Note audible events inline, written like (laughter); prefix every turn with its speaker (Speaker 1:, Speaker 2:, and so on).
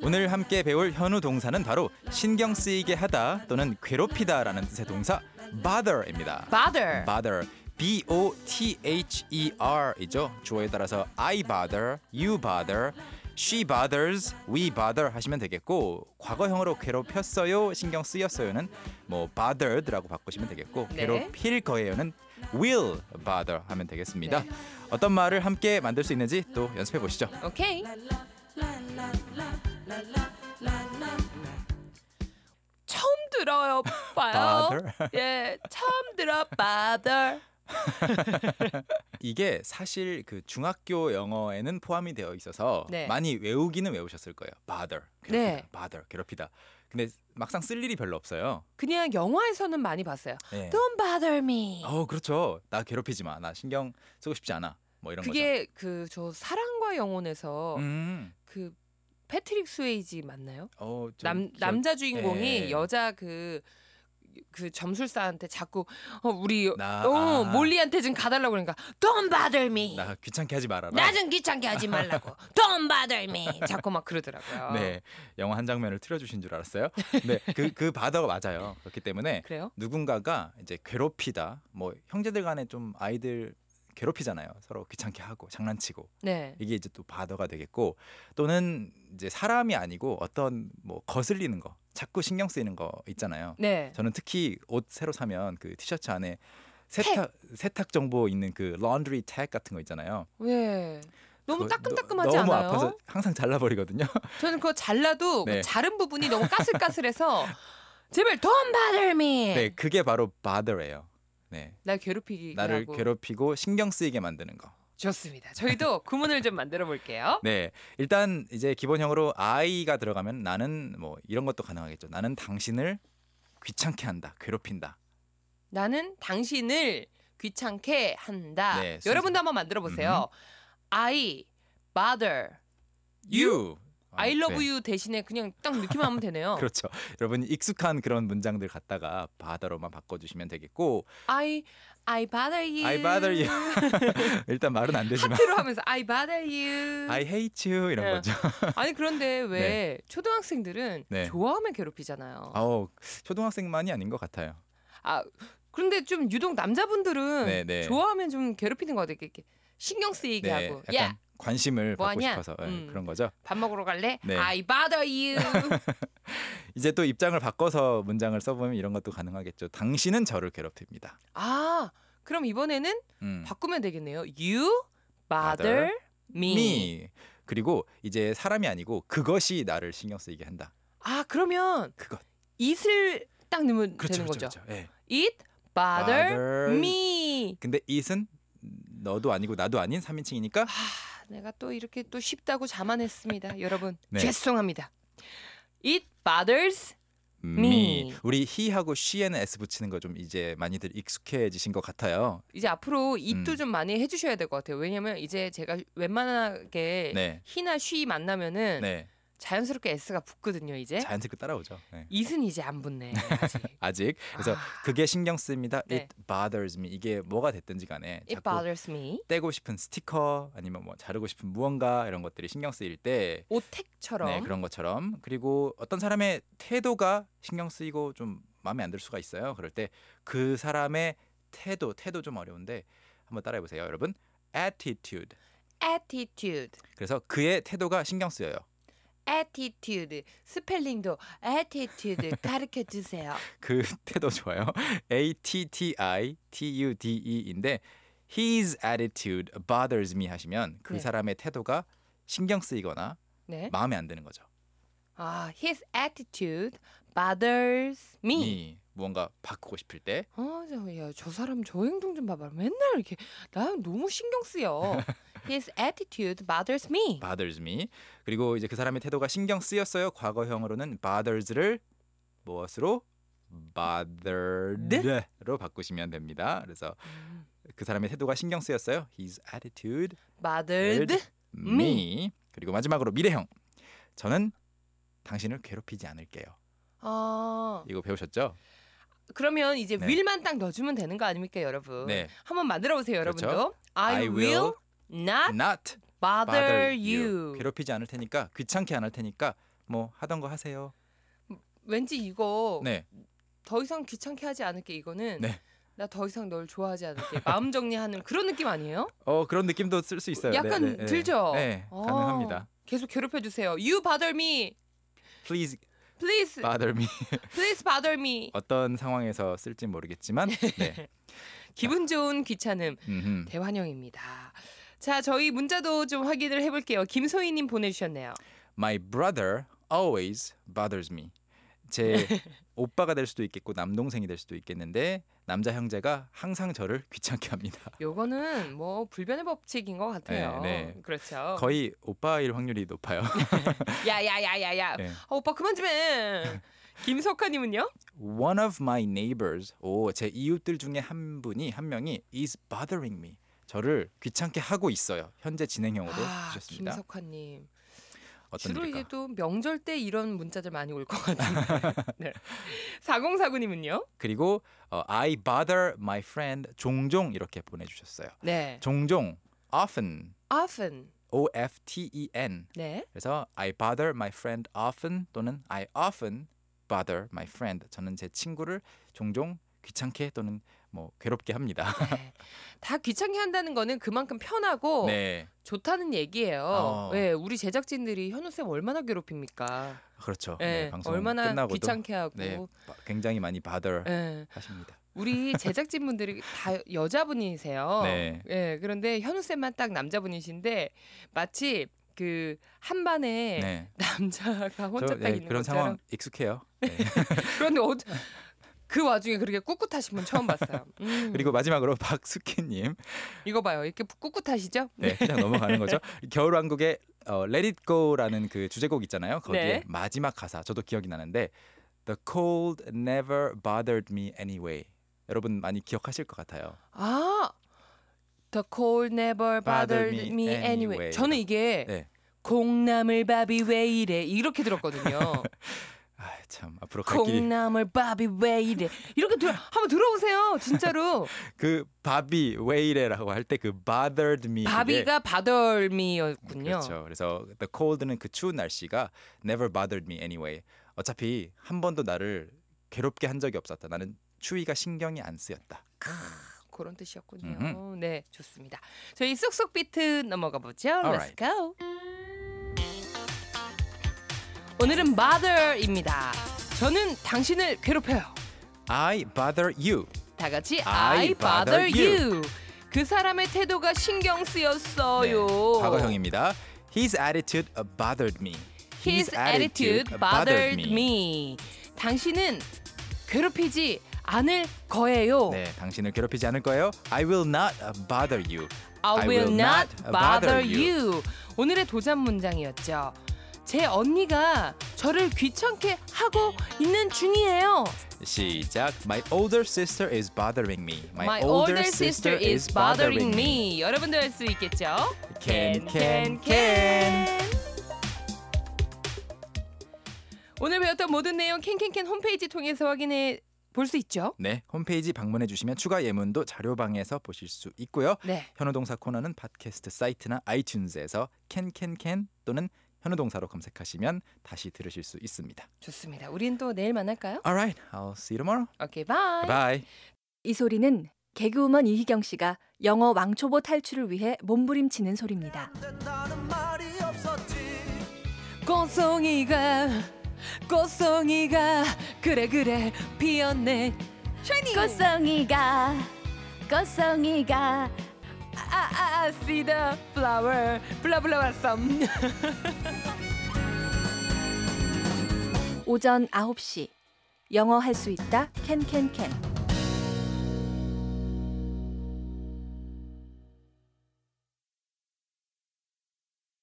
Speaker 1: 오늘 함께 배울 현우 동사는 바로 신경 쓰이게 하다 또는 괴롭히다라는 뜻의 동사 bother입니다.
Speaker 2: bother.
Speaker 1: bother. B O T H E R이죠. 주어에 따라서 I bother, you bother, she bothers, we bother 하시면 되겠고 과거형으로 괴롭혔어요, 신경 쓰였어요는 뭐 bothered라고 바꾸시면 되겠고
Speaker 2: 네.
Speaker 1: 괴롭힐 거예요는 will bother 하면 되겠습니다.
Speaker 2: 네.
Speaker 1: 어떤 말을 함께 만들 수 있는지 또 연습해 보시죠.
Speaker 2: 오케이. 처음 들어요, 오빠요.
Speaker 1: Bother?
Speaker 2: 예, 처음 들어 bother.
Speaker 1: 이게 사실 그 중학교 영어에는 포함이 되어 있어서
Speaker 2: 네.
Speaker 1: 많이 외우기는 외우셨을 거예요. bother, 괴롭히다,
Speaker 2: 네.
Speaker 1: bother, 괴롭히다. 근데 막상 쓸 일이 별로 없어요.
Speaker 2: 그냥 영화에서는 많이 봤어요.
Speaker 1: 네.
Speaker 2: Don't bother me.
Speaker 1: 어, 그렇죠. 나 괴롭히지 마. 나 신경 쓰고 싶지 않아. 뭐 이런
Speaker 2: 그게 그 저 사랑과 영혼에서
Speaker 1: 거죠. 음.
Speaker 2: 그 패트릭 스웨이지 맞나요?
Speaker 1: 어, 저
Speaker 2: 남
Speaker 1: 기억-
Speaker 2: 남자 주인공이
Speaker 1: 예.
Speaker 2: 여자 그. 그 점술사한테 자꾸 어, 우리
Speaker 1: 나-
Speaker 2: 어,
Speaker 1: 아.
Speaker 2: 몰리한테 좀 가달라고 그러니까 Don't bother me.
Speaker 1: 나 귀찮게 하지 말아라.
Speaker 2: 나 좀 귀찮게 하지 말라고. Don't bother me. 자꾸 막 그러더라고요.
Speaker 1: 네. 영화 한 장면을 틀어 주신 줄 알았어요. 네. 그그 바더가 맞아요. 그렇기 때문에
Speaker 2: 그래요?
Speaker 1: 누군가가 이제 괴롭히다. 뭐 형제들 간에 좀 아이들 괴롭히잖아요. 서로 귀찮게 하고 장난치고
Speaker 2: 네.
Speaker 1: 이게 이제 또 바더가 되겠고 또는 이제 사람이 아니고 어떤 뭐 거슬리는 거 자꾸 신경 쓰이는 거 있잖아요.
Speaker 2: 네.
Speaker 1: 저는 특히 옷 새로 사면 그 티셔츠 안에 세탁 세탁 정보 있는 그 laundry tag 같은 거 있잖아요.
Speaker 2: 왜? 너무
Speaker 1: 그거
Speaker 2: 따끔따끔하지
Speaker 1: 너, 너무
Speaker 2: 않아요?
Speaker 1: 아파서 항상 잘라버리거든요.
Speaker 2: 저는 그거 잘라도
Speaker 1: 네.
Speaker 2: 그 자른 부분이 너무 까슬까슬해서
Speaker 1: (laughs)
Speaker 2: 제발 Don't bother me.
Speaker 1: 네, 그게 바로 bother예요. 네,
Speaker 2: 날 괴롭히기
Speaker 1: 나를
Speaker 2: 하고.
Speaker 1: 괴롭히고 신경 쓰이게 만드는 거.
Speaker 2: 좋습니다. 저희도 구문을 좀 만들어 볼게요.
Speaker 1: 네, 일단 이제 기본형으로 I가 들어가면 나는 뭐 이런 것도 가능하겠죠. 나는 당신을 귀찮게 한다, 괴롭힌다.
Speaker 2: 나는 당신을 귀찮게 한다.
Speaker 1: 네, 순서.
Speaker 2: 여러분도 한번 만들어 보세요. I bother
Speaker 1: you.
Speaker 2: I love
Speaker 1: 네.
Speaker 2: you 대신에 그냥 딱 느낌만 하면 되네요.
Speaker 1: (laughs) 그렇죠. 여러분 익숙한 그런 문장들 갖다가 바다로만 바꿔주시면 되겠고
Speaker 2: I I bother you.
Speaker 1: I bother you 일단 말은
Speaker 2: (laughs)
Speaker 1: 안 되지만
Speaker 2: 하트로 하면서 I bother you.
Speaker 1: (laughs) I hate you 이런
Speaker 2: 네.
Speaker 1: 거죠.
Speaker 2: 아니 그런데 왜 초등학생들은
Speaker 1: 네.
Speaker 2: 좋아하면 괴롭히잖아요.
Speaker 1: 어 초등학생만이 아닌 것 같아요.
Speaker 2: 아 그런데 좀 유독 남자분들은
Speaker 1: 네, 네.
Speaker 2: 좋아하면 좀 괴롭히는 것 같아요. 이렇게- 이렇게 신경 쓰이게
Speaker 1: 네,
Speaker 2: 하고
Speaker 1: 약간
Speaker 2: 야 밥
Speaker 1: 관심을 받고
Speaker 2: 뭐하냐?
Speaker 1: 싶어서 네,
Speaker 2: 음.
Speaker 1: 그런 거죠.
Speaker 2: 먹으러 갈래?
Speaker 1: 네.
Speaker 2: I bother you.
Speaker 1: (laughs) 이제 또 입장을 바꿔서 문장을 써보면 이런 것도 가능하겠죠. 당신은 저를 괴롭힙니다.
Speaker 2: 아 그럼 이번에는
Speaker 1: 음.
Speaker 2: 바꾸면 되겠네요. You bother
Speaker 1: Bother
Speaker 2: me.
Speaker 1: me. 그리고 이제 사람이 아니고 그것이 나를 신경 쓰이게 한다.
Speaker 2: 아 그러면
Speaker 1: 그것.
Speaker 2: it을 딱 넣으면
Speaker 1: 그렇죠,
Speaker 2: 되는
Speaker 1: 그렇죠.
Speaker 2: 거죠.
Speaker 1: 그렇죠. 예.
Speaker 2: It bother,
Speaker 1: Bother
Speaker 2: me.
Speaker 1: 근데 it은 너도 아니고 나도 아닌 3인칭이니까
Speaker 2: 아, 내가 또 이렇게 또 쉽다고 자만했습니다. 여러분
Speaker 1: 네.
Speaker 2: 죄송합니다. It bothers.
Speaker 1: me.
Speaker 2: me.
Speaker 1: 우리 he하고 she에는 s 붙이는 거 좀 이제 많이들 익숙해지신 것 같아요.
Speaker 2: 이제 앞으로 it도
Speaker 1: 음.
Speaker 2: 좀 많이 해주셔야 될 것 같아요. 왜냐면 이제 제가 웬만하게
Speaker 1: 네.
Speaker 2: he나 she 만나면은
Speaker 1: 네.
Speaker 2: 자연스럽게 s가 붙거든요. 이제
Speaker 1: 자연스럽게 따라오죠. 네.
Speaker 2: it은 이제 안
Speaker 1: (laughs)
Speaker 2: 붙네. 아직.
Speaker 1: 아직 그래서
Speaker 2: 아,
Speaker 1: 그게 신경 씁니다.
Speaker 2: 네.
Speaker 1: It bothers me. 이게 뭐가 됐든지 간에
Speaker 2: it
Speaker 1: 자꾸
Speaker 2: bothers me.
Speaker 1: 떼고 싶은 스티커 아니면 뭐 자르고 싶은 무언가 이런 것들이 신경 쓰일 때
Speaker 2: 오택처럼.
Speaker 1: 네, 그런 것처럼 그리고 어떤 사람의 태도가 신경 쓰이고 좀 마음에 안 들 수가 있어요. 그럴 때 그 사람의 태도 태도 좀 어려운데 한번 따라해 보세요, 여러분. attitude.
Speaker 2: attitude,
Speaker 1: 그래서 그의 태도가 신경 쓰여요.
Speaker 2: attitude. 스펠링도 attitude 가르쳐 주세요.
Speaker 1: 그 (laughs) 태도 좋아요. A T T I T U D E인데 his attitude bothers me 하시면 그
Speaker 2: 네.
Speaker 1: 사람의 태도가 신경 쓰이거나
Speaker 2: 네.
Speaker 1: 마음에 안 드는 거죠.
Speaker 2: 아, his attitude bothers me.
Speaker 1: 이 무언가 바꾸고 싶을 때
Speaker 2: 아, 저, 야, 저 사람 저 행동 좀 봐봐. 맨날 이렇게 나 너무 신경
Speaker 1: (laughs)
Speaker 2: 쓰여. His attitude bothers me.
Speaker 1: bothers me. 그리고 이제 그 사람의 태도가 신경 쓰였어요. 과거형으로는 bothers를 무엇으로
Speaker 2: 네.
Speaker 1: bothered로 바꾸시면 됩니다. 그래서
Speaker 2: 음,
Speaker 1: 그 사람의 태도가 신경 쓰였어요. his attitude
Speaker 2: bothered.
Speaker 1: me 그리고 마지막으로 미래형 저는 당신을 괴롭히지 않을게요
Speaker 2: 아,
Speaker 1: 이거 배우셨죠?
Speaker 2: 그러면 이제
Speaker 1: 네.
Speaker 2: will만 딱 넣어주면 되는 거 아닙니까, 여러분?
Speaker 1: 네.
Speaker 2: 한번 만들어 보세요, 여러분도.
Speaker 1: 그렇죠.
Speaker 2: I, will not
Speaker 1: not
Speaker 2: bother
Speaker 1: bother you.
Speaker 2: you.
Speaker 1: 괴롭히지 않을 테니까 귀찮게 안 할 테니까 뭐 하던 거 하세요.
Speaker 2: 왠지 이거
Speaker 1: 네.
Speaker 2: 더 이상 귀찮게 하지 않을게 이거는
Speaker 1: 네.
Speaker 2: 나 더 이상 널 좋아하지 않을게 마음 정리하는 그런 느낌 아니에요?
Speaker 1: 어 그런 느낌도 쓸 수 있어요. 네,
Speaker 2: 약간
Speaker 1: 네, 네.
Speaker 2: 들죠.
Speaker 1: 네,
Speaker 2: 어,
Speaker 1: 가능합니다.
Speaker 2: 계속 괴롭혀 주세요. You bother me.
Speaker 1: Please
Speaker 2: Please,
Speaker 1: bother me.
Speaker 2: please bother me.
Speaker 1: 어떤 상황에서
Speaker 2: (laughs)
Speaker 1: 쓸지 모르겠지만 네.
Speaker 2: 기분 좋은 귀찮음
Speaker 1: 음흠.
Speaker 2: 대환영입니다. 자, 저희 문자도 좀 확인을 해볼게요. 김소희님 보내주셨네요.
Speaker 1: My brother always bothers me.
Speaker 2: (laughs)
Speaker 1: 제 오빠가 될 수도 있겠고 남동생이 될 수도 있겠는데 남자 형제가 항상 저를 귀찮게 합니다.
Speaker 2: 요거는 뭐 불변의 법칙인 것 같아요.
Speaker 1: 네, 네.
Speaker 2: 그렇죠.
Speaker 1: 거의 오빠일
Speaker 2: (laughs)
Speaker 1: 확률이 높아요.
Speaker 2: 야야야야야.
Speaker 1: 네.
Speaker 2: 아, 오빠 그만 좀
Speaker 1: (laughs)
Speaker 2: 해. 김석화님은요?
Speaker 1: 어, One of my neighbors, 오, 제 이웃들 중에 한 분이 한 명이 is bothering me. 저를 귀찮게 하고 있어요. 현재 진행형으로
Speaker 2: 아,
Speaker 1: 주셨습니다.
Speaker 2: 김석화님.
Speaker 1: 네, 어떤
Speaker 2: 주로
Speaker 1: 일일까?
Speaker 2: 이제 또 명절 때 이런 문자들 많이 올 것
Speaker 1: (laughs)
Speaker 2: 같은데. 네. 4049님은요?
Speaker 1: 그리고 어, I bother my friend 종종 이렇게 보내주셨어요.
Speaker 2: 네.
Speaker 1: 종종 often
Speaker 2: often.
Speaker 1: O F T E N
Speaker 2: 네.
Speaker 1: 그래서 I bother my friend often 또는 I often bother my friend 저는 제 친구를 종종 귀찮게 또는 뭐 괴롭게 합니다.
Speaker 2: 네. 다 귀찮게 한다는 거는 그만큼 편하고
Speaker 1: 네
Speaker 2: 좋다는 얘기예요.
Speaker 1: 어.
Speaker 2: 네, 우리 제작진들이 현우 쌤 얼마나 괴롭힙니까?
Speaker 1: 그렇죠.
Speaker 2: 네,
Speaker 1: 네, 방송
Speaker 2: 얼마나
Speaker 1: 끝나고도
Speaker 2: 귀찮게 하고.
Speaker 1: 네 바- 굉장히 많이 bother
Speaker 2: 네,
Speaker 1: 하십니다.
Speaker 2: 우리 제작진분들이 다 여자분이세요.
Speaker 1: 네.
Speaker 2: 예, 그런데 현우 쌤만 딱 남자분이신데 마치 그 한반에
Speaker 1: 네,
Speaker 2: 남자가 예. 혼자
Speaker 1: 저,
Speaker 2: 딱
Speaker 1: 네,
Speaker 2: 있는
Speaker 1: 그런 상황
Speaker 2: 것처럼. 음.
Speaker 1: 익숙해요. 네.
Speaker 2: 그런데 어, 그 와중에 그렇게 꿋꿋하신 분 처음 봤어요. 음,
Speaker 1: 그리고 마지막으로 (laughs) 박숙희님
Speaker 2: 이거 봐요. 이렇게 꿋꿋하시죠?
Speaker 1: 네, 그냥 넘어가는
Speaker 2: (laughs)
Speaker 1: 거죠. 겨울왕국의 어, Let It Go라는 그 주제곡 있잖아요. 거기에
Speaker 2: 네.
Speaker 1: 마지막 가사 저도 기억이 나는데 The cold never bothered me anyway. 여러분 많이 기억하실 것 같아요.
Speaker 2: 아, the cold never bothered
Speaker 1: Bothered
Speaker 2: me
Speaker 1: me
Speaker 2: anyway.
Speaker 1: anyway.
Speaker 2: 저는 이게
Speaker 1: 네.
Speaker 2: 콩나물 밥이 왜 이래 이렇게 들었거든요.
Speaker 1: 아, 참 앞으로 갈 길이
Speaker 2: 콩나물 밥이 왜 이래 이렇게 들어 한번 들어보세요
Speaker 1: (laughs)
Speaker 2: 진짜로
Speaker 1: 그 바비 왜 이래라고 할 때 그 bothered me 그게-
Speaker 2: 바비가 바덜미였군요.
Speaker 1: 그렇죠. 그래서 the cold는 그 추운 날씨가 never bothered me anyway. 어차피 한 번도 나를 괴롭게 한 적이 없었다. 나는 추위가 신경이 안 쓰였다.
Speaker 2: 그런 뜻이었군요.
Speaker 1: 음흠.
Speaker 2: 네, 좋습니다. 저희 쏙쏙 비트 넘어가 보죠.
Speaker 1: Alright.
Speaker 2: Let's go. 오늘은 mother입니다. 저는 당신을 괴롭혀요.
Speaker 1: I bother you.
Speaker 2: 다 같이 I,
Speaker 1: I
Speaker 2: bother
Speaker 1: bother
Speaker 2: you. 그 사람의 태도가 신경 쓰였어요.
Speaker 1: 네, 과거형입니다. His attitude bothered me.
Speaker 2: His attitude bothered me. 당신은 괴롭히지 않을 거예요.
Speaker 1: 네, 당신을 괴롭히지 않을 거예요. I will not bother you.
Speaker 2: I will not bother you. 오늘의 도전 문장이었죠. 제 언니가 저를 귀찮게 하고 있는 중이에요.
Speaker 1: 시작. My older sister is bothering me.
Speaker 2: My older sister is bothering me. 여러분도 할 수 있겠죠?
Speaker 1: Can, can, can.
Speaker 2: 오늘 배웠던 모든 내용 캔캔캔 홈페이지 통해서 확인해 볼 수 있죠?
Speaker 1: 네, 홈페이지 방문해 주시면 추가 예문도 자료방에서 보실 수 있고요.
Speaker 2: 네.
Speaker 1: 현우동사 코너는 팟캐스트 사이트나 아이튠즈에서 캔캔캔 또는 현우동사로 검색하시면 다시 들으실 수 있습니다.
Speaker 2: 좋습니다. 우린 또 내일 만날까요?
Speaker 1: Alright, I'll see you tomorrow.
Speaker 2: 오케이, 바이.
Speaker 1: Bye.
Speaker 3: 이 소리는 개그우먼 이희경 씨가 영어 왕초보 탈출을 위해 몸부림치는 소리입니다.
Speaker 2: 꽃송이가 꽃송이가 그래 그래 피었네. 샤이니.
Speaker 3: 꽃송이가 꽃송이가
Speaker 2: 아아 아, see the flower 블라블라 썸.
Speaker 3: 오전 9시 영어 할 수 있다 캔캔캔